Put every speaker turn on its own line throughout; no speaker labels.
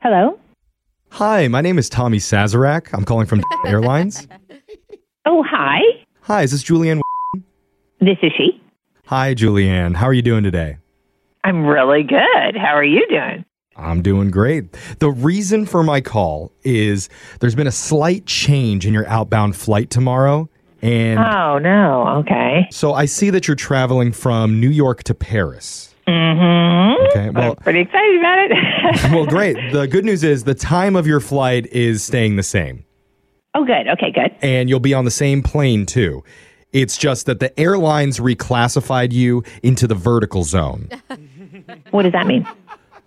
Hello.
Hi, my name is Tommy Sazerac. I'm calling from Airlines.
Oh, hi.
Hi, is this Julianne?
This is she.
Hi, Julianne. How are you doing today?
I'm really good. How are you doing?
I'm doing great. The reason for my call is there's been a slight change in your outbound flight tomorrow. And
Oh, no. Okay.
so I see that you're traveling from New York to Paris.
Mm-hmm.
Okay. Well,
Pretty excited about it.
well, great. The good news is the time of your flight is staying the same.
oh, good. Okay, good.
and you'll be on the same plane too. It's just that the airlines reclassified you into the vertical zone.
What does that mean?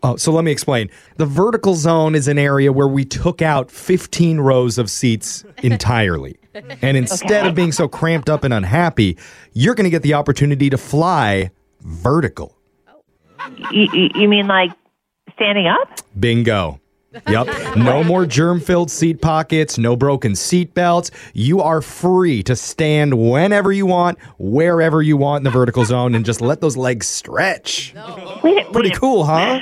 Oh, so let me explain. The vertical zone is an area where we took out 15 rows of seats entirely. And instead of being so cramped up and unhappy, you're going to get the opportunity to fly vertical.
You, you, you mean like standing up?
Bingo. Yep. No more germ filled seat pockets, no broken seat belts. You are free to stand whenever you want, wherever you want in the vertical zone, and just let those legs stretch.
Wait, a- wait.
Pretty
a-
cool, huh?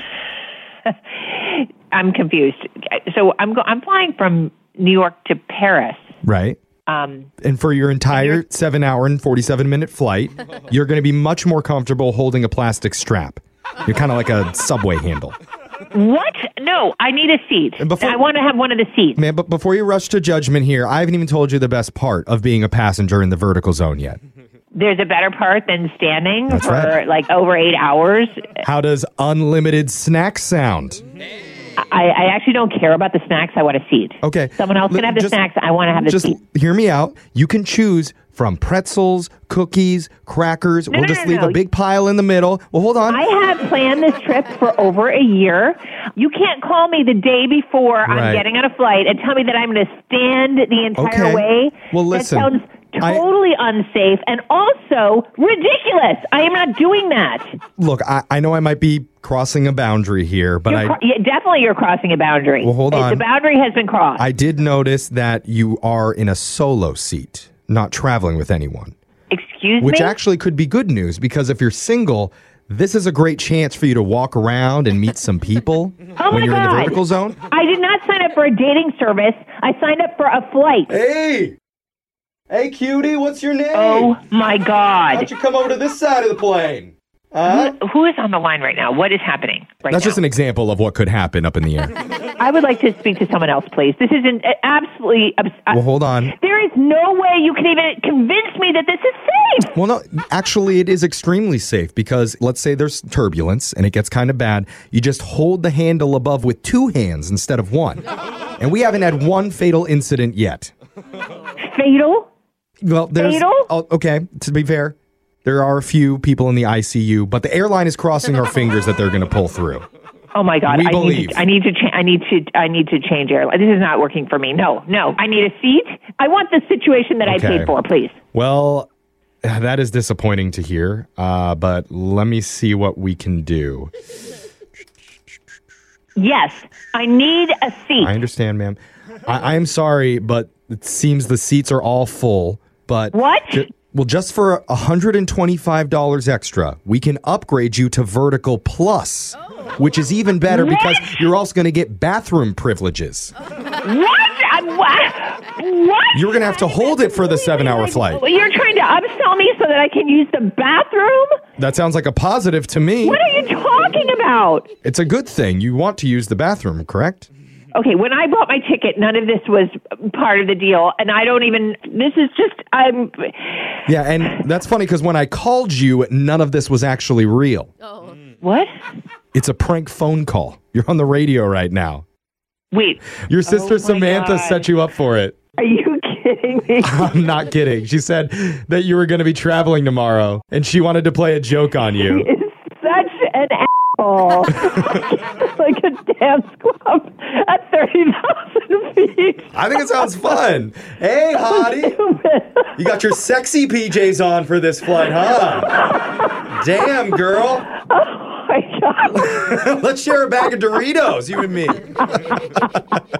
I'm confused. So I'm go- I'm flying from New York to Paris.
Right.
Um,
And for your entire seven hour and 47 minute flight, you're going to be much more comfortable holding a plastic strap. You're kind of like a subway handle.
what? No, I need a seat.
And before-
I want to have one of the seats.
Man, but before you rush to judgment here, I haven't even told you the best part of being a passenger in the vertical zone yet.
There's a better part than standing
That's
for
right.
like over eight hours.
How does unlimited snacks sound?
I, I actually don't care about the snacks. I want a seat.
Okay.
Someone else
L-
can have the
just-
snacks. I want to have the
Just
seat.
hear me out. You can choose from pretzels, cookies, crackers. we'll
no,
just
no,
leave
no.
a big pile in the middle. Well, hold on.
I have planned this trip for over a year. You can't call me the day before
Right.
I'm getting on a flight and tell me that I'm going to stand the entire
Okay.
way.
Well, listen,
That sounds
I-
totally unsafe and also ridiculous. I am not doing that.
Look, I, I know I might be crossing a boundary here, but
You're
I
cro- yeah, definitely, you're crossing a boundary.
Well, hold
It-
on.
The boundary has been crossed.
I did notice that you are in a solo seat, not traveling with anyone,
Excuse
which
me.
actually could be good news because if you're single, this is a great chance for you to walk around and meet some people
Oh
when
my
you're in the
God.
vertical zone.
I did not sign up for a dating service. I signed up for a flight.
Hey, hey, cutie, what's your name?
Oh my God!
you come over to this side of the plane?
Who is on the line right now? What is happening right
Uh-huh. That's
now?
just an example of what could happen up in the air.
I would like to speak to someone else, please. This is an, absolutely. Abs- uh,
well, hold on.
there is no way you can even convince me that this is safe.
Well, no, actually, it is extremely safe because let's say there's turbulence and it gets kind of bad. You just hold the handle above with two hands instead of one. And we haven't had one fatal incident yet.
Fatal?
Well, there's.
Fatal?
Oh, okay, to be fair, there are a few people in the ICU, but the airline is crossing our fingers that they're going to pull through.
Oh my God!
We
I
believe.
need to. I need to. Cha- I need to. I need to change airline. This is not working for me. No, no. I need a seat. I want the situation that I
Okay.
paid for, please.
Well, that is disappointing to hear, uh, but let me see what we can do.
Yes, I need a seat.
I understand, ma'am. I, I'm sorry, but it seems the seats are all full. But
What?
Ju- well, just for $125 extra, we can upgrade you to Vertical Plus, which is even better because you're also going to get bathroom privileges.
what? I, what? What?
You're going to have to hold it for the seven hour flight.
You're trying to upsell me so that I can use the bathroom?
That sounds like a positive to me.
What are you talking about?
It's a good thing. You want to use the bathroom, correct?
Okay, when I bought my ticket, none of this was part of the deal, and I don't even. This is just. I'm.
Yeah, and that's funny because when I called you, none of this was actually real.
What?
It's a prank phone call. You're on the radio right now.
Wait,
Your sister
Oh my
Samantha
God.
set you up for it.
are you kidding me?
I'm not kidding. She said that you were going to be traveling tomorrow and she wanted to play a joke on you.
It's such an asshole. like a damn squab at thirty thousand feet.
I think it sounds fun. Hey, hottie. You got your sexy PJs on for this flight, huh? Damn, girl.
Oh my god.
Let's share a bag of Doritos, you and me.